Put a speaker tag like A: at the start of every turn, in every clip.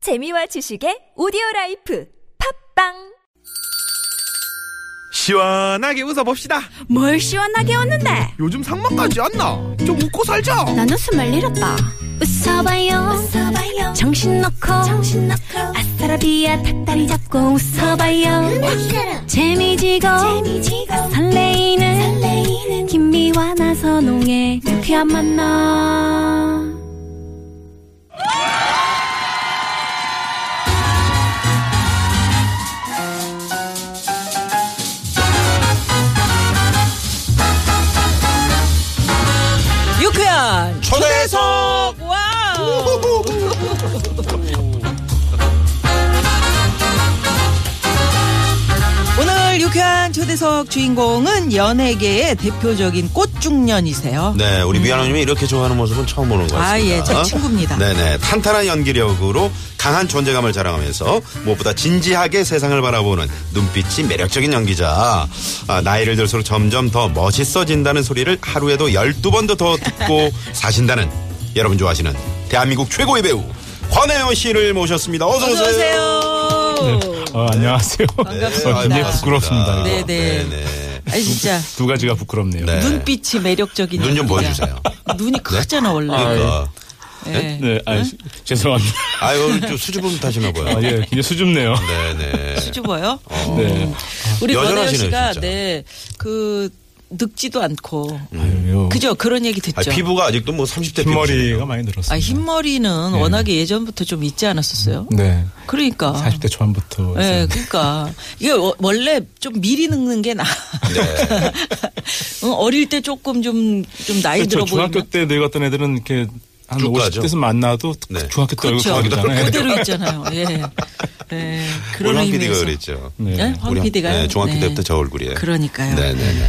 A: 재미와 지식의 오디오 라이프 팝빵
B: 시원하게 웃어봅시다.
C: 뭘 시원하게 웃는데
B: 요즘 상만까지 안 나. 좀 웃고 살자.
C: 난 웃음을 잃었다 웃어봐요, 웃어봐요. 정신 놓고 아싸라비아 닭다리 잡고 웃어봐요 재미지고, 설레이는, 김미와 나서 농에 유쾌한 만나
D: 유쾌한
B: 초대석.
D: 와우 오늘 유쾌한 초대석 주인공은 연예계의 대표적인 꽃중년이세요.
E: 네, 우리 미아노님이 이렇게 좋아하는 모습은 처음 보는 것 같습니다.
D: 음. 아, 예, 제 친구입니다.
E: 네네, 탄탄한 연기력으로 강한 존재감을 자랑하면서 무엇보다 진지하게 세상을 바라보는 눈빛이 매력적인 연기자. 아, 나이를 들수록 점점 더 멋있어진다는 소리를 하루에도 12번도 더 듣고 사신다는 여러분 좋아하시는 대한민국 최고의 배우 권혜연 씨를 모셨습니다. 어서 오세요.
D: 어서 오세요.
F: 어, 안녕하세요.
D: 반갑습니다.
E: 네. 아,
F: 네, 굉장히 부끄럽습니다. 이거.
D: 네, 네.
E: 네네.
D: 아 진짜
F: 두 가지가 부끄럽네요.
E: 네.
D: 눈빛이 매력적인
E: 눈 좀
D: 연기자.
E: 보여주세요. 네?
D: 눈이 크잖아 원래.
E: 그러니까.
D: 예.
F: 네, 아, 죄송합니다.
E: 아유, 좀 수줍음 타시나
F: 아,
E: 봐요.
F: 예, 굉장히 수줍네요.
E: 네네.
D: 수줍어요.
F: 네.
D: 우리
E: 여전하시네요,
D: 권혜연 씨가
E: 진짜.
D: 네그 늙지도 않고
E: 음.
F: 어. 아유,
D: 그죠 그런 얘기 듣죠.
E: 아, 피부가 아직도 뭐 30대 피부시네요.
F: 네. 흰머리가 많이 늘었어요.
D: 아, 흰머리는 워낙에 예전부터 좀 있지 않았었어요?
F: 네.
D: 그러니까.
F: 40대 초반부터.
D: 네,
F: 네.
D: 그러니까 이게 워- 원래 좀 미리 늙는 게 나.
F: 네.
D: 아 어릴 때 조금 좀 좀 나이 들어
F: 그렇죠. 중학교
D: 보이면
F: 때 늙었던 애들은 이렇게 한
E: 쭉 가죠.
F: 50대에서 만나도
E: 네.
F: 중학교 때 얼굴
D: 그렇죠.
F: 기억이잖아요.
D: 그대로 있잖아요. 예. 예. 그런
E: 우리 황 PD가
D: 의미에서.
E: 그랬죠.
F: 네.
D: 예? 황
E: 우리 황-
D: PD가
E: 네, 중학교 때부터 저 얼굴이에요.
D: 그러니까요.
E: 네네네.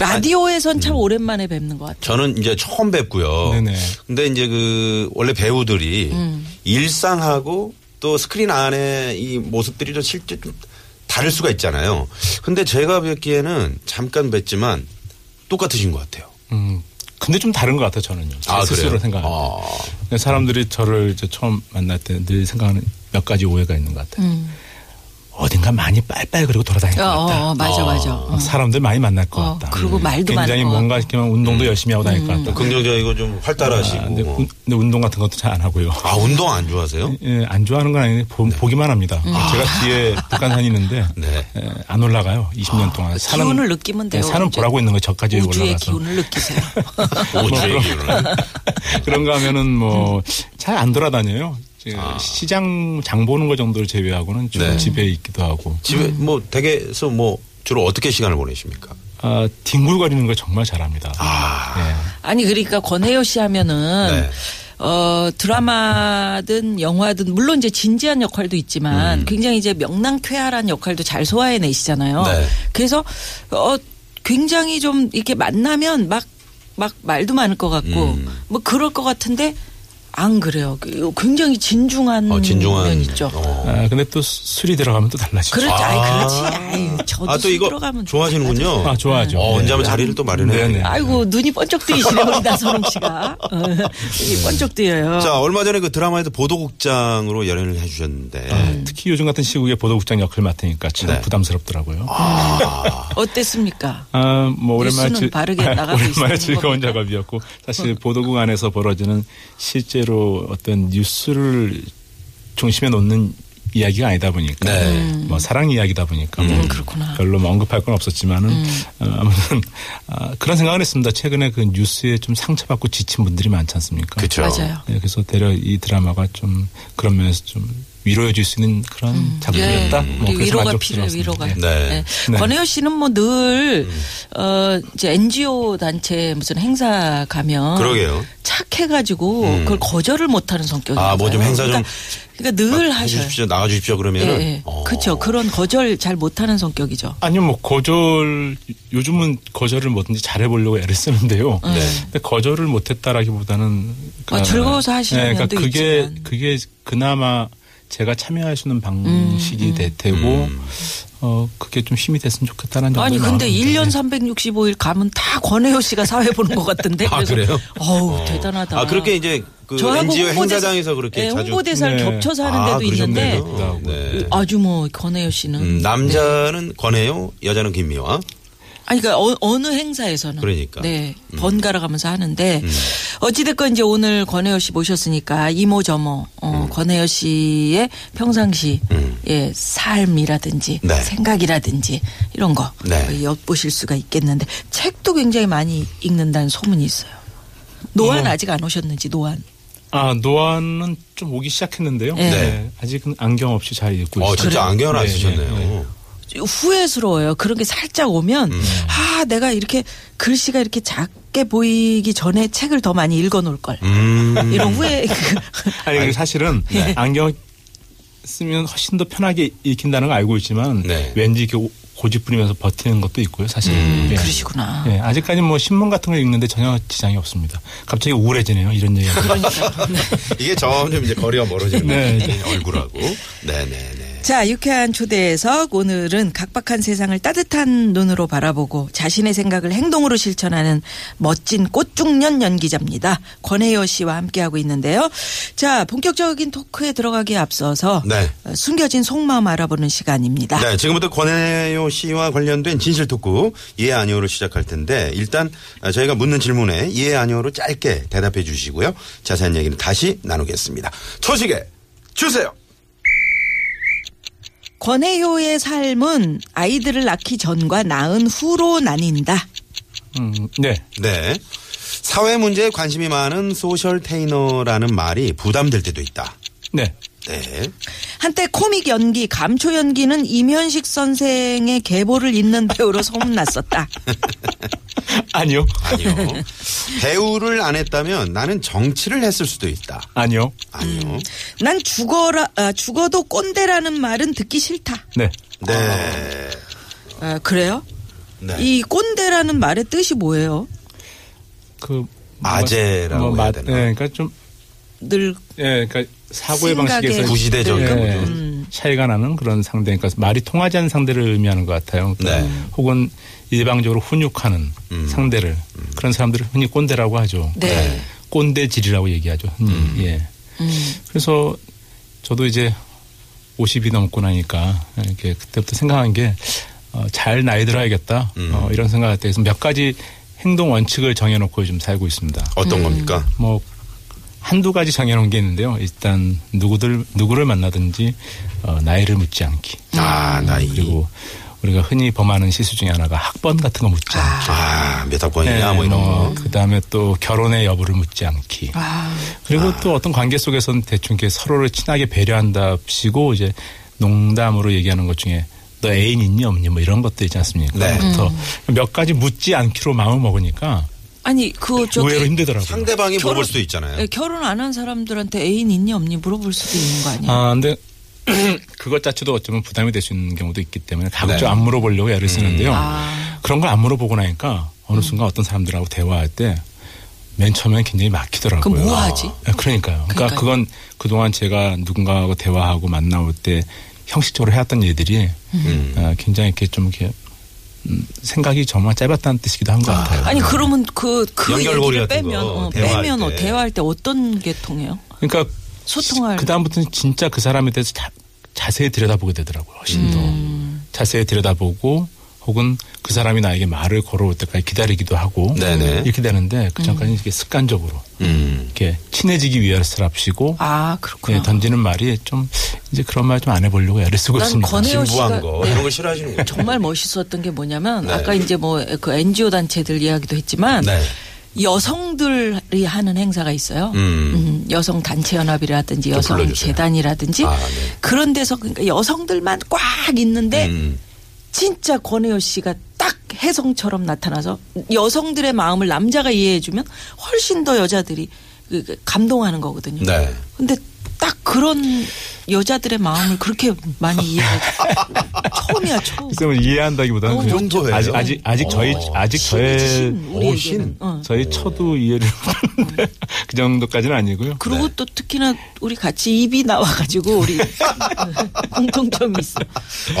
D: 라디오에선 참 오랜만에 뵙는 것 같아요.
E: 음. 저는 이제 처음 뵙고요.
F: 네네.
E: 근데 이제 그 원래 배우들이
D: 음.
E: 일상하고 또 스크린 안에 이 모습들이 좀 실제 좀 다를 수가 있잖아요. 근데 제가 뵙기에는 잠깐 뵙지만 똑같으신 것 같아요.
F: 음. 근데 좀 다른 것 같아요, 저는요. 제 스스로 생각하는.
E: 아,
F: 근데 사람들이 저를 이제 처음 만날 때 늘 생각하는 몇 가지 오해가 있는 것 같아요.
D: 음.
F: 어딘가 많이 빨빨 그리고 돌아다닐 것
D: 어,
F: 같다.
D: 어, 어, 맞아, 맞아.
F: 어, 사람들 많이 만날 것
D: 어,
F: 같다. 예.
D: 그리고 음. 말도 많을
F: 굉장히
D: 것
F: 뭔가 이렇게 막 운동도 열심히 하고 다닐 것 같다.
E: 긍정적이고 좀 활달하시고.
F: 네. 아, 근데,
E: 뭐.
F: 운- 근데 운동 같은 것도 잘 안 하고요.
E: 아, 운동 안 좋아하세요?
F: 예, 안 좋아하는 건 아닌데 보, 기만 합니다.
D: 음.
F: 예, 아,
D: 아.
F: 제가 뒤에 북한산이 있는데
E: 네.
F: 예, 안 올라가요. 20년 동안.
D: 아, 기운을 느끼면 돼요.
F: 예, 산은
D: 완전.
F: 보라고 있는 거 저까지
D: 우주의
F: 올라가서.
D: 기운을 느끼세요.
F: 뭐
E: 오주의 기운을.
F: 그런가 하면은 뭐
D: 음.
F: 잘 안 돌아다녀요. 이제 시장 장 보는 거 정도를 제외하고는 주로
E: 네.
F: 집에 있기도 하고
E: 집에 뭐 댁에서 뭐 주로 어떻게 시간을 보내십니까?
F: 아, 뒹굴거리는 걸 정말 잘합니다.
E: 아.
F: 예.
D: 아니 그러니까 권혜요 씨
E: 네.
D: 하면은 어 드라마든 영화든 물론 이제 진지한 역할도 있지만
E: 음.
D: 굉장히 이제 명랑쾌활한 역할도 잘 소화해내시잖아요.
E: 네.
D: 그래서 어 굉장히 좀 이렇게 만나면 막 막 말도 많을 것 같고
E: 음.
D: 뭐 그럴 것 같은데 안 그래요. 그 굉장히 진중한,
E: 어, 진중한
D: 면 음, 네, 있죠.
E: 어.
F: 아, 근데 또 수- 술이 들어가면 또 달라지죠.
D: 그렇지, 아, 이 그렇지. 아이, 저도
E: 아, 또
D: 술
E: 이거
D: 들어가면
E: 좋아하시는군요.
F: 아, 좋아하죠.
E: 어,
F: 네.
E: 언제 한번 자리를 또 마련해야
F: 네네.
E: 되겠네.
D: 아이고 눈이 번쩍 뜨이시네 우리 나선홍 씨가 어, 눈이 번쩍 뜨여요.
E: 자, 얼마 전에 그 드라마에서 보도국장으로 열연을 해주셨는데.
F: 음. 특히 요즘 같은 시국에 보도국장 역할 맡으니까 참
E: 네.
F: 부담스럽더라고요.
D: 어땠습니까?
F: 아, 뭐 오랜만에
D: 뉴스는 바르게 나가고
F: 오랜만에
D: 있었는
F: 즐거운
D: 겁니다.
F: 작업이었고 사실 보도국 안에서 벌어지는 실제로 어떤 뉴스를 중심에 놓는 이야기가 아니다 보니까
E: 네.
F: 뭐 사랑 이야기다 보니까 뭐
D: 음, 그렇구나. 음.
F: 별로 뭐 언급할 건 없었지만은 어, 아무튼 아, 그런 생각은 했습니다. 최근에 그 뉴스에 좀 상처받고 지친 분들이 많지 않습니까?
E: 그쵸.
D: 맞아요.
F: 네, 그래서 대략 이 드라마가 좀 그런 면에서 좀 위로해 줄 수 있는 그런 작품이었다. 뭐
D: 음. 예. 우리
F: 그래서
D: 위로가 필요해
F: 만족스러웠습니다.
D: 위로가.
F: 예.
E: 네.
F: 네.
D: 권혜요 씨는 뭐 늘 어, 이제 NGO 단체 무슨 행사 가면
E: 그러게요. 음.
D: 착해가지고 그걸 거절을 못하는 성격이
E: 아, 뭐좀 행사 좀 아,
D: 그러니까, 그러니까 늘 하셔요.
E: 해주십시오. 나가주십시오.
D: 예,
E: 그러면은.
D: 예.
E: 어.
D: 그렇죠. 그런 거절 잘 못하는 성격이죠.
F: 아니요, 뭐 거절 요즘은 거절을 뭐든지 잘해보려고 애를 쓰는데요. 근데 거절을 못했다라기보다는 그러니까
D: 아, 네. 즐거워서 하시는
F: 네,
D: 면도
F: 그러니까 그게
D: 있지만. 음,
E: 음.
F: 그게 그나마 제가 참여할 수 있는 방식이 되, 고 어 그게 좀 힘이 됐으면 좋겠다는 정도.
D: 아니 근데
E: 네.
D: 1년 365일 가면 다 권혜호 씨가 사회 보는 것 같은데.
E: 아,
D: 그래서
E: 그래요?
D: 어우
E: 어.
D: 대단하다.
E: 아, 그렇게 이제 그
D: 저하고
E: NGO
D: 홍보대사-
E: 행사장에서 그렇게
D: 네,
E: 자주
D: 홍보대사를
F: 네.
D: 겹쳐서 하는
E: 아,
D: 데도 있는데
E: 그러셨네요. 네.
D: 아주 뭐 권혜호 씨는
E: 음, 남자는 권해요, 여자는 김미화.
D: 아니 그러니까 어, 어느 행사에서는
E: 그러니까. 음.
D: 네 번갈아 가면서 하는데 어찌됐건 이제 오늘 권혜여 씨 모셨으니까 이모 저모
E: 음.
D: 어, 권혜여 씨의 평상시 예 삶이라든지
E: 네.
D: 생각이라든지 이런 거뭐
E: 네.
D: 엿보실 수가 있겠는데 책도 굉장히 많이 읽는다는 소문이 있어요.
E: 음.
D: 노안 아직 안 오셨는지 노안
F: 아 노안은 좀 오기 시작했는데요.
D: 네.
F: 아직은 안경 없이 잘 읽고
E: 어,
F: 있어요.
E: 진짜 안경을 안
F: 네,
E: 쓰셨네요.
F: 네, 네.
D: 후회스러워요. 그런 게 살짝 오면
E: 음.
D: 아 내가 이렇게 글씨가 이렇게 작게 보이기 전에 책을 더 많이 읽어 놓을 걸.
E: 음.
D: 이런 후회 그,
F: 아니, 근데 사실은
E: 네.
F: 안경 쓰면 훨씬 더 편하게 읽힌다는 걸 알고 있지만
E: 네.
F: 왠지 이렇게 오- 고집부리면서 버티는 것도 있고요. 사실.
E: 음.
F: 예.
D: 음, 그러시구나.
F: 예, 아직까지 뭐 신문 같은 걸 읽는데 전혀 지장이 없습니다. 갑자기 우울해지네요. 이런 얘기.
E: 이게 점점 이제 거리가 멀어지는
F: 네.
E: 거죠. 얼굴하고. 네네네.
D: 자, 유쾌한 초대석 오늘은 각박한 세상을 따뜻한 눈으로 바라보고 자신의 생각을 행동으로 실천하는 멋진 꽃중년 연기자입니다. 권혜여 씨와 함께하고 있는데요. 자, 본격적인 토크에 들어가기에 앞서서
E: 네.
D: 어, 숨겨진 속마음 알아보는 시간입니다.
E: 네, 지금부터 권혜요 씨와 관련된 진실 토크 예 아니오로 시작할 텐데 일단 아, 저희가 묻는 질문에 예 아니오로 짧게 대답해 주시고요. 자세한 얘기는 다시 나누겠습니다. 초식에 주세요.
D: 권혜효의 삶은 아이들을 낳기 전과 낳은 후로 나뉜다.
F: 음, 네.
E: 네. 사회 문제에 관심이 많은 소셜 테이너라는 말이 부담될 때도 있다.
F: 네.
E: 네.
D: 한때 코믹 연기, 감초 연기는 이면식 선생의 계보를 잇는 배우로 소문났었다.
F: 아니요.
E: 아니요. 배우를 안 했다면 나는 정치를 했을 수도 있다.
F: 아니요. 음.
E: 아니요.
D: 난 죽어라 아, 죽어도 꼰대라는 말은 듣기 싫다.
F: 네. 어.
E: 네.
D: 아, 그래요?
E: 네.
D: 이 꼰대라는 말의 뜻이 뭐예요?
F: 그
E: 아재라고
F: 뭐,
E: 해야
F: 마-
E: 되나?
F: 예, 그러니까 좀
D: 늘
F: 예, 그러니까 사고의
D: 생각의
F: 방식에서
E: 구시대적인
F: 예,
D: 음.
F: 차이가 나는 그런 상대, 그러니까 말이 통하지 않는 상대를 의미하는 것 같아요. 그러니까
E: 네. 음.
F: 혹은 일방적으로 훈육하는 상대를 그런 사람들을 흔히 꼰대라고 하죠. 예,
D: 네.
F: 꼰대질이라고 얘기하죠. 흔히.
E: 음.
F: 예.
D: 음.
F: 그래서 저도 이제 50이 넘고 나니까 이렇게 그때부터 생각한 게 어, 잘 나이 들어야겠다
E: 음.
F: 어, 이런 생각할 때 그래서 몇 가지 행동 원칙을 정해놓고 좀 살고 있습니다.
E: 어떤 겁니까?
F: 뭐 한두 가지 정해놓은 게 있는데요. 일단 누구들 누구를 만나든지 어, 나이를 묻지 않기.
E: 아, 나이.
F: 그리고 우리가 흔히 범하는 실수 중에 하나가 학번 같은 거 묻지 않기.
E: 아, 몇 학번이냐, 뭐 이런 거. 아.
F: 그 다음에 또 결혼의 여부를 묻지 않기.
D: 아,
F: 그리고 또 어떤 관계 속에서는 대충 이렇게 서로를 친하게 배려한답시고 이제 농담으로 얘기하는 것 중에 너 애인 있니 없니 뭐 이런 것도 있지 않습니까?
E: 네.
F: 그래서 몇 가지 묻지 않기로 마음 을 먹으니까
D: 아니 그
F: 의외로
D: 저기
F: 힘들더라고요.
E: 상대방이 물어볼
D: 결혼-
E: 수도 있잖아요.
D: 예, 결혼 안 한 사람들한테 애인 있니 없니 물어볼 수도 있는 거 아니에요?
F: 아, 근데 그것 자체도 어쩌면 부담이 될 수 있는 경우도 있기 때문에 각주
E: 네.
F: 안 물어보려고 애를 쓰는데요.
D: 아.
F: 그런 걸 안 물어보고 나니까 어느
D: 음.
F: 순간 어떤 사람들하고 대화할 때 맨 처음엔 굉장히 막히더라고요.
D: 그럼 뭐 하지?
F: 아, 그러니까요. 그러니까
D: 그러니까요.
F: 그건 그동안 제가 누군가하고 대화하고 만나올 때 형식적으로 해왔던 일들이
D: 음.
F: 아, 굉장히 이렇게 좀 이렇게 음, 생각이 정말 짧았다는 뜻이기도 한 것 같아요.
D: 아니 그러면 그그
E: 연결고리
D: 얘기를
E: 같은
D: 빼면
E: 거,
D: 어,
E: 대화할
D: 빼면 어,
E: 때.
D: 대화할 때 어떤 게 통해요?
F: 그러니까
D: 소통할-
F: 그 다음부터는 진짜 그 사람에 대해서 자, 자세히 들여다보게 되더라고요. 훨씬
D: 음.
F: 더 자세히 들여다보고 혹은 그 사람이 나에게 말을 걸어올 때까지 기다리기도 하고
E: 네네.
F: 이렇게 되는데 그 전까지 는 이렇게 습관적으로
E: 음.
F: 이렇게 친해지기 위해서랍시고
D: 아 그렇구나.
E: 네,
F: 예, 던지는 말이 좀 이제 그런 말 좀 안 해보려고 애를 쓰고
D: 난
F: 있습니다.
D: 권해요. 태호 씨가-
E: 진부한 거.
D: 네.
E: 이런 걸 싫어하시는 거죠.
D: 정말 멋있었던 게 뭐냐면
E: 네.
D: 아까 이제 뭐 그 NGO 단체들 이야기도 했지만
E: 네.
D: 여성들이 하는 행사가 있어요.
E: 음.
D: 음, 여성 단체 연합이라든지
E: 또
D: 여성
E: 불러주세요.
D: 재단이라든지
E: 아, 네.
D: 그런 데서 그러니까 여성들만 꽉 있는데
E: 음.
D: 진짜 권혜요 씨가 딱 해성처럼 나타나서 여성들의 마음을 남자가 이해해주면 훨씬 더 여자들이 그- 그 감동하는 거거든요.
E: 네.
D: 근데 딱 그런 여자들의 마음을 그렇게 많이 이해해. 처음이야 처음.
F: 글쎄요, 이해한다기보다는
D: 어,
E: 그
F: 그냥
E: 정도예요?
F: 아직 아직 아직 저희
E: 어.
F: 아직
D: 신이지,
F: 저의
D: 신, 우리에게는.
E: 오, 신.
D: 어.
F: 저희 쳐도 이해를 못하는데 그 정도까지는 아니고요.
D: 그리고
E: 네.
D: 또 특히나 우리 같이 입이 나와가지고 우리 공통점이 있어.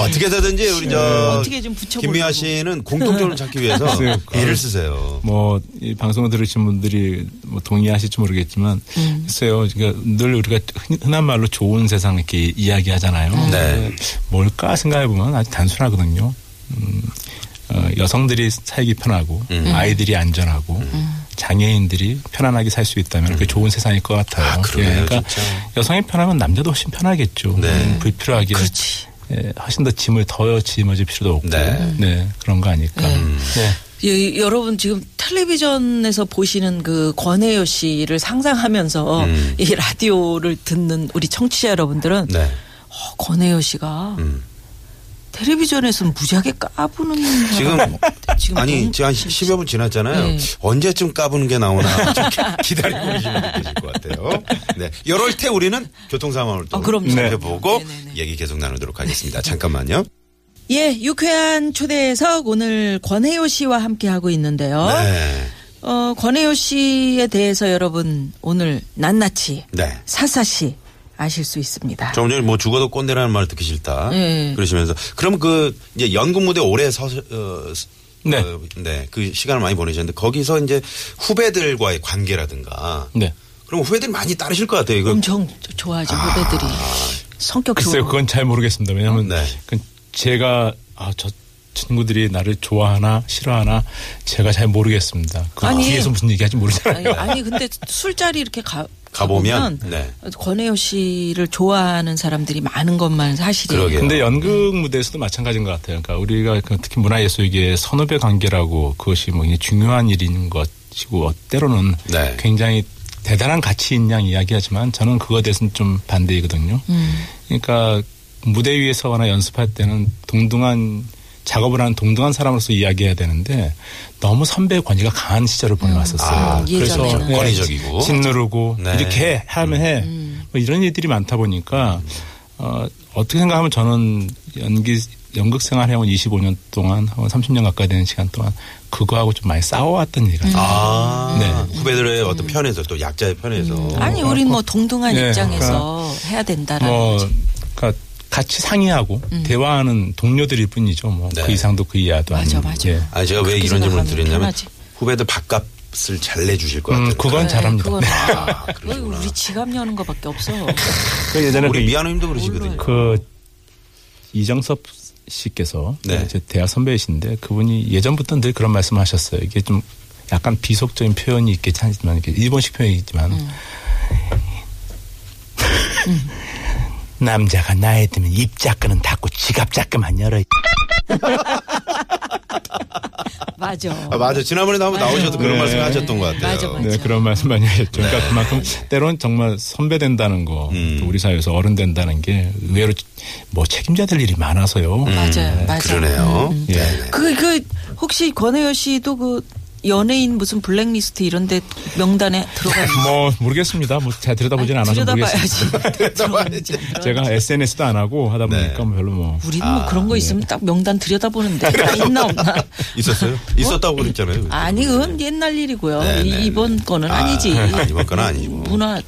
E: 어떻게든지 우리
D: 네.
E: 저
D: 어떻게 좀 붙여보려고.
E: 김미아 씨는 공통점을 찾기 위해서
F: 글쎄요.
E: 애를 쓰세요.
F: 뭐 이 방송을 들으신 분들이 뭐 동의하실지 모르겠지만
D: 음.
F: 글쎄요 그러니까 늘 우리가 흔- 흔한 말로 좋은 세상 이렇게 이야기하잖아요.
E: 네.
F: 뭘까 생각해 보면 아주 단순하거든요. 음, 어, 여성들이 살기 편하고
E: 음.
F: 아이들이 안전하고 장애인들이 편안하게 살 수 있다면 그게 좋은 세상일 것 같아요.
E: 음. 아, 그러네요,
F: 그러니까
E: 진짜.
F: 여성이 편하면 남자도 훨씬 편하겠죠.
E: 네.
F: 음, 불필요하게
D: 그렇지.
F: 예, 훨씬 더 짐을 더 짊어질 필요도 없고
E: 네. 음.
F: 네, 그런 거 아닐까. 네.
D: 예, 여러분 지금 텔레비전에서 보시는 그 권혜요 씨를 상상하면서
E: 음.
D: 이 라디오를 듣는 우리 청취자 여러분들은
E: 네.
D: 어, 권혜요 씨가
E: 음.
D: 텔레비전에서 무지하게 까부는
E: 지금
D: 사람 같아. 지금
E: 아니
D: 너무
E: 지금 한 10여 분 지났잖아요.
D: 네.
E: 언제쯤 까부는 게 나오나 좀 기- 기다리고 계시면 느껴질 것 같아요. 네, 이럴 때 우리는 교통 상황을 또
D: 아, 그럼요.
E: 살펴보고
D: 네. 네네네.
E: 얘기 계속 나누도록 하겠습니다. 잠깐만요.
D: 예, 유쾌한 초대석 오늘 권혜요 씨와 함께 하고 있는데요.
E: 네,
D: 어, 권혜요 씨에 대해서 여러분 오늘 낱낱이
E: 네.
D: 사사시 아실 수 있습니다.
E: 조금 전에 뭐 죽어도 꼰대라는 말을 듣기 싫다.
D: 예.
E: 그러시면서 그럼 그 이제 연극 무대 오래 서 어, 스-
F: 네.
E: 어, 네. 그 시간을 많이 보내셨는데 거기서 이제 후배들과의 관계라든가
F: 네.
E: 그럼 후배들이 많이 따르실 것 같아요. 이거.
D: 엄청 좋아하죠 후배들이 성격
F: 글쎄요,
D: 좋고
F: 그건 잘 모르겠습니다. 왜냐하면
E: 네.
F: 그 제가 아, 저 친구들이 나를 좋아하나 싫어하나 제가 잘 모르겠습니다. 그
D: 아니.
F: 뒤에서 무슨 얘기할지
D: 아니,
F: 모르잖아요.
D: 아니 근데 술자리 이렇게 가
E: 가보면,
D: 가보면
E: 네.
D: 권혜요 씨를 좋아하는 사람들이 많은 것만 사실이에요.
E: 그러게요.
F: 근데 연극 무대에서도 마찬가지인 것 같아요. 그러니까 우리가 그 특히 문화예술계의 선후배 관계라고 그것이 뭐 굉장히 중요한 일인 것이고 때로는
E: 네.
F: 굉장히 대단한 가치인 양 이야기하지만 저는 그거에 대해서는 좀 반대이거든요.
D: 음.
F: 그러니까 무대 위에서거나 연습할 때는 동등한 작업을 하는 동등한 사람으로서 이야기해야 되는데 너무 선배의 권위가 강한 시절을 보내왔었어요.
E: 아,
D: 예전에는.
F: 예,
E: 권위적이고.
F: 짓누르고
E: 네.
F: 이렇게 해, 하면 해.
D: 음.
F: 뭐 이런 일들이 많다 보니까
E: 음.
F: 어, 어떻게 생각하면 저는 연기 연극 생활 해온 25년 동안 한 30년 가까이 되는 시간 동안 그거하고 좀 많이 싸워왔던 일 같아요.
E: 아,
F: 네.
E: 후배들의 어떤 편에서 또 약자의 편에서.
D: 아니
F: 어,
D: 우린 뭐 동등한
F: 예,
D: 입장에서 해야 된다라는
F: 뭐
D: 거지.
F: 그러니까 같이 상의하고
D: 음.
F: 대화하는 동료들일 뿐이죠. 뭐 그
E: 네.
F: 이상도 그 이하도
D: 맞아,
F: 아닌.
D: 맞아.
F: 예.
E: 아니, 제가 왜
D: 그렇게
E: 이런 질문을
D: 생각하면
E: 드렸냐면
D: 편하지.
E: 후배들 밥값을 잘 내주실 것
F: 음,
E: 같아요.
F: 그건 잘합니다.
D: 네, 그건
E: 아,
D: 왜
E: 그러시구나.
D: 뭐, 우리 지갑 여는 거밖에 없어.
F: 그 예전에
E: 그러니까 우리
F: 그
E: 미아노님도
D: 음.
E: 그러시거든요.
F: 그 이정섭 씨께서
E: 네.
F: 제 대학 선배이신데 그분이 예전부터 늘 그런 말씀하셨어요. 이게 좀 약간 비속적인 표현이 있겠지만 이게 일본식 표현이지만 남자가 나이 들면 입 작근은 닫고 지갑 작근만 열어.
D: 맞아.
E: 아, 맞아. 지난번에도 한번 나오셔도 그런
F: 네.
E: 말씀 하셨던 것 같아요.
D: 맞아, 맞아.
F: 네, 그런 말씀 많이 하셨죠. 그러니까 그만큼 때론 정말 선배 된다는 거,
E: 음.
F: 또 우리 사회에서 어른 된다는 게 의외로 뭐 책임져야 될 일이 많아서요. 네.
D: 맞아요. 맞아.
E: 음, 그러네요.
F: 예.
E: 네.
D: 그, 그, 혹시 권혜요 씨도 그 연예인 무슨 블랙리스트 이런데 명단에 들어가
F: 뭐 모르겠습니다. 뭐 잘 들여다보진 않아서 모르겠습니다.
D: 들여다봐야지. 들어가는지 안
F: 제가 SNS도 안 하고 하다
E: 네.
F: 보니까 뭐 별로 뭐
D: 우린 뭐 그런 거 있으면 딱 명단 들여다보는데 다 있나 없나.
E: 있었어요? 있었다고 그랬잖아요.
D: 뭐? 아니 그건 옛날 일이고요.
E: 네,
D: 어, 이-
E: 네, 네.
D: 이번 거는
E: 아,
D: 아니지.
E: 아, 이번 거는 아니고.
D: 문화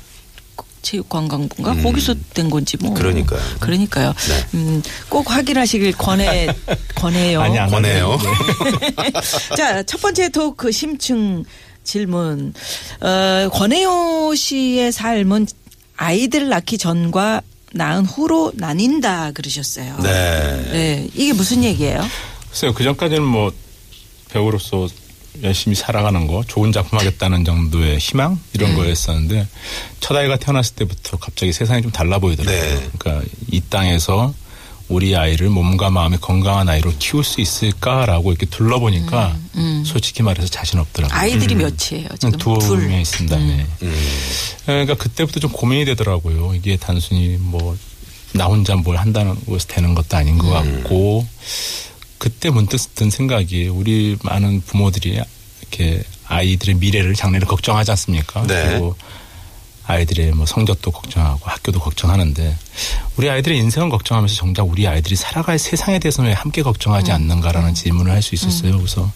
D: 체육관광부인가 거기서 된 건지 뭐.
E: 그러니까요.
D: 그러니까요.
E: 네.
D: 음, 꼭 확인하시길 권해 권해요.
F: 아니, 안
E: 권해요.
D: 자, 첫 번째 토크 심층 질문. 어, 권혜요 씨의 삶은 아이들 낳기 전과 낳은 후로 나뉜다 그러셨어요.
E: 네.
D: 네, 이게 무슨 얘기예요?
F: 글쎄요. 그 전까지는 뭐 배우로서 열심히 살아가는 거, 좋은 작품 하겠다는 정도의 희망 이런 거였었는데 첫 아이가 태어났을 때부터 갑자기 세상이 좀 달라 보이더라고요.
E: 네.
F: 그러니까 이 땅에서 우리 아이를 몸과 마음이 건강한 아이로 키울 수 있을까라고 이렇게 둘러보니까 솔직히 말해서 자신 없더라고요.
D: 아이들이
E: 음.
D: 몇이에요? 지금
F: 두
D: 둘.
F: 명이 있습니다. 네. 그러니까 그때부터 좀 고민이 되더라고요. 이게 단순히 뭐 나 혼자 뭘 한다는 것이 되는 것도 아닌 것 같고 그때 문득 든 생각이 우리 많은 부모들이 이렇게 아이들의 미래를 장래를 걱정하지 않습니까?
E: 네.
F: 그리고 아이들의 뭐 성적도 걱정하고 학교도 걱정하는데 우리 아이들의 인생을 걱정하면서 정작 우리 아이들이 살아갈 세상에 대해서는 왜 함께 걱정하지 않는가라는 질문을 할 수 있었어요. 그래서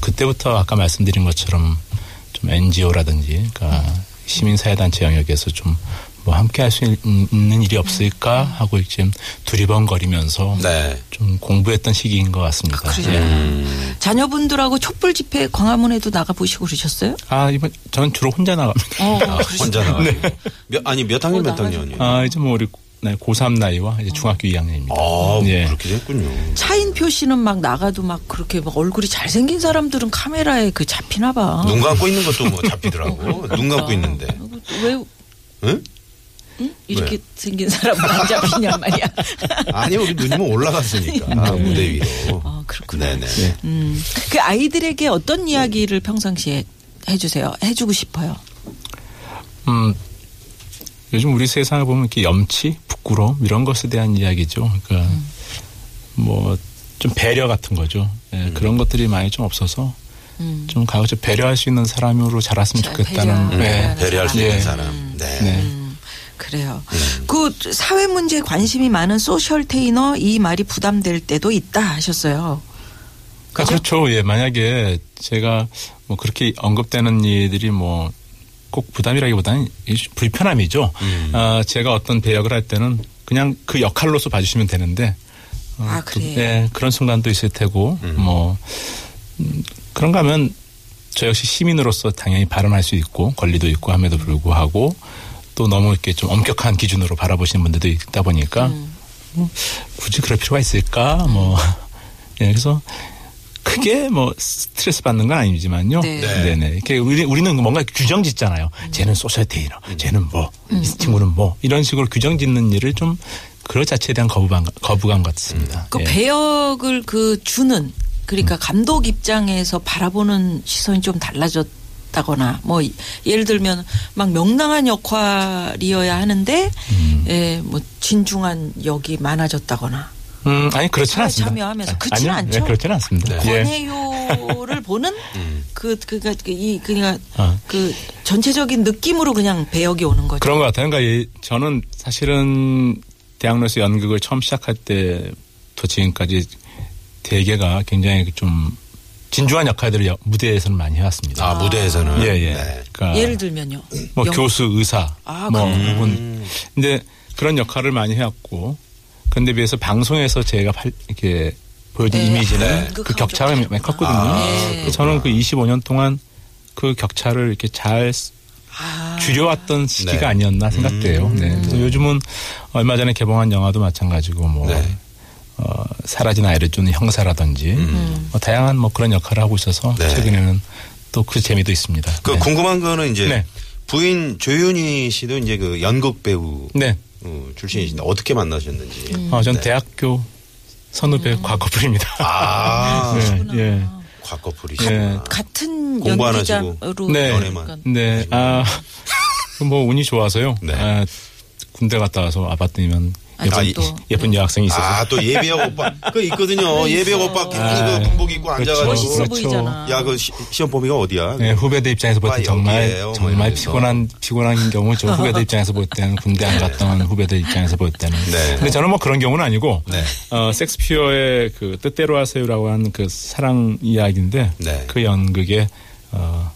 F: 그때부터 아까 말씀드린 것처럼 좀 NGO라든지 그러니까 시민사회단체 영역에서 좀 뭐 함께 할 수 있는 일이 없을까 하고 지금 두리번거리면서
E: 네.
F: 좀 공부했던 시기인 것 같습니다.
D: 그러죠.
F: 예.
E: 음.
D: 자녀분들하고 촛불 집회 광화문에도 나가 보시고 그러셨어요?
F: 아 이번 저는 주로 혼자 나갑니다.
D: 어,
E: 아, 혼자 나가요. 몇, 아니, 몇 학년,
D: 어,
E: 몇 학년이에요?
F: 네. 아 이제 뭐 우리 네, 고3 나이와 이제 중학교 2학년입니다.
E: 아,
F: 예.
E: 그렇게 됐군요.
D: 차인표 씨는 막 나가도 막 그렇게 막 얼굴이 잘생긴 사람들은 카메라에 그 잡히나 봐.
E: 눈 감고 있는 것도 뭐 잡히더라고.
D: 그러니까.
E: 눈 감고 있는데.
D: 왜
E: 응?
D: 이렇게 생긴 사람은 안 잡히냐 말이야.
E: 아니, 우리 눈이면 뭐 올라갔으니까. 아, 무대 위로.
D: 음. 아, 그렇구나.
E: 네네.
D: 음, 그 아이들에게 어떤 이야기를 평상시에 해주세요. 해주고 싶어요.
F: 음, 요즘 우리 세상을 보면 이렇게 염치, 부끄러움 이런 것에 대한 이야기죠. 그러니까 뭐 좀 배려 같은 거죠. 예, 그런 것들이 많이 좀 없어서
D: 음.
F: 좀 가급적 배려할 수 있는 사람으로 자랐으면
D: 자,
F: 좋겠다는.
D: 배려.
F: 예.
E: 음, 배려할 수
F: 예.
E: 있는 사람. 네.
F: 네.
D: 음, 그래요. 그 사회 문제에 관심이 많은 소셜 테이너 이 말이 부담될 때도 있다 하셨어요.
F: 아, 그렇죠. 예, 만약에 제가 뭐 그렇게 언급되는 일들이 뭐 꼭 부담이라기보다는 이 불편함이죠. 아, 제가 어떤 배역을 할 때는 그냥 그 역할로서 봐주시면 되는데. 어,
D: 아,
F: 그-
D: 그래요?
F: 예, 그런 순간도 있을 테고, 뭐, 음, 그런가 하면 저 역시 시민으로서 당연히 발언할 수 있고, 권리도 있고 함에도 불구하고, 또 너무 이렇게 좀 엄격한 기준으로 바라보시는 분들도 있다 보니까, 뭐 굳이 그럴 필요가 있을까, 뭐, 예, 그래서 크게 뭐 스트레스 받는 건 아니지만요.
D: 네. 음.
E: 네.
F: 네 이렇게 우리, 우리는 뭔가 규정 짓잖아요. 쟤는 소셜테이너, 쟤는 뭐, 이 친구는 뭐, 이런 식으로 규정 짓는 일을 좀, 그 자체에 대한 거부감, 거부감 같습니다.
D: 그
F: 예. 음.
D: 배역을 그 주는 그러니까 감독 입장에서 바라보는 시선이 좀 달라졌다거나 뭐 이- 예를 들면 막 명랑한 역할이어야 하는데 예, 뭐 진중한 역이 많아졌다거나
F: 음, 아니 그렇지는
D: 사회
F: 않습니다.
D: 참여하면서
F: 아,
D: 그치는
F: 아니요.
D: 않죠?
F: 네, 그렇지는 않습니다. 예. 음.
D: 권해요를 보는 그 그니까 이 그니까
F: 아.
D: 그 전체적인 느낌으로 그냥 배역이 오는 거죠.
F: 그런 것 같아요. 그러니까 이- 저는 사실은 대학로에서 연극을 처음 시작할 때부터 지금까지 대개가 굉장히 좀 진중한 역할들을 여- 무대에서는 많이 해왔습니다.
E: 아, 무대에서는.
F: 예, 예.
E: 네.
F: 그러니까
D: 예를 들면요.
F: 뭐
D: 영-
F: 교수, 의사,
D: 아,
F: 뭐
D: 그렇구나.
F: 혹은 근데 그런 역할을 많이 해왔고, 근데 비해서 방송에서 제가 팔- 이렇게 보여준
D: 네,
F: 이미지는
D: 아,
F: 그
D: 그거
F: 격차가
D: 좀
F: 많이 컸거든요.
E: 아,
D: 네.
F: 저는 그 25년 동안 그 격차를 이렇게 잘
D: 아, 음.
F: 줄여왔던 시기가
E: 네.
F: 아니었나 생각돼요. 네. 그래서 요즘은 얼마 전에 개봉한 영화도 마찬가지고 뭐
E: 네. 음.
F: 어, 사라진 아이를 주는 형사라든지
D: 음.
F: 뭐 다양한 뭐 그런 역할을 하고 있어서
E: 네.
F: 최근에는 또 그 재미도 있습니다.
E: 그
F: 네.
E: 궁금한 거는 이제
F: 네.
E: 부인 조윤희 씨도 이제 그 연극 배우
F: 네.
E: 어, 출신이신데 어떻게 만나셨는지.
D: 음.
F: 어, 전
E: 네. 음.
F: 대학교 선후배 과거풀입니다.
E: 아,
F: 네. 예.
E: 과커플이시구나.
D: 같은
E: 공부 안 하시고
D: 연기자로
F: 네.
E: 연애만.
F: 네. 아, 뭐 운이 좋아서요.
E: 네.
F: 아, 군대 갔다 와서 아봤더니만
D: 아,
F: 예쁜,
E: 아,
D: 또.
F: 예쁜 여학생이 있어서
E: 아, 또 예비역 오빠. 그 있거든요. 예비역 오빠 괜히 그 군복 입고
F: 그렇죠.
E: 앉아가지고.
D: 멋있어 보이잖아.
E: 야, 그 시, 시험 범위가 어디야?
F: 네, 후배들 입장에서 볼
E: 오빠
F: 때 정말
E: 여기에요, 뭐
F: 정말
E: 이러면서.
F: 피곤한 피곤한 경우죠. 후배들 입장에서 볼 때는 군대 안 갔다 온 후배들 입장에서 볼 때는.
E: 네.
F: 근데 저는 뭐 그런 경우는 아니고
E: 네.
F: 어, 섹스피어의 그 뜻대로 하세요라고 하는 그 사랑 이야기인데
E: 네.
F: 그 연극에 어,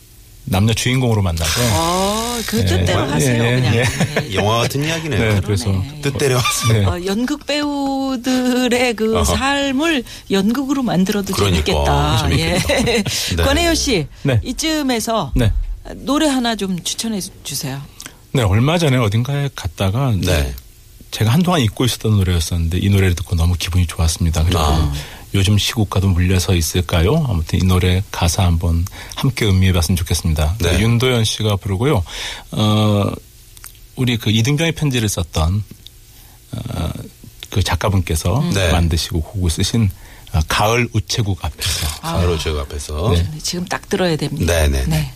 F: 남녀 주인공으로 만나서
D: 어, 그
F: 예,
D: 뜻대로
F: 예,
D: 하세요
F: 예,
D: 그냥.
F: 예.
D: 예.
E: 영화 같은 이야기네요.
F: 네, 그래서
E: 뜻대로 하세요.
F: 네.
D: 어, 연극 배우들의 그
E: 어허.
D: 삶을 연극으로 만들어도
E: 그러니까,
D: 재밌겠다.
E: 재밌겠다.
D: 예.
E: 네.
D: 권혜요 씨
F: 네.
D: 이쯤에서
F: 네.
D: 노래 하나 좀 추천해 주세요.
F: 네, 얼마 전에 어딘가에 갔다가
E: 네.
F: 제가 한동안 잊고 있었던 노래였었는데 이 노래를 듣고 너무 기분이 좋았습니다. 그리고
E: 아.
F: 요즘 시국가도 물려서 있을까요? 아무튼 이 노래 가사 한번 함께 음미해봤으면 좋겠습니다.
E: 네.
F: 네, 윤도현 씨가 부르고요. 어, 우리 그 이등병의 편지를 썼던 어, 그 작가분께서
E: 네.
F: 만드시고 곡을 쓰신 어, 가을 우체국 앞에서
E: 바로 제가 앞에서.
F: 네.
D: 지금 딱 들어야 됩니다.
E: 네네.
D: 네.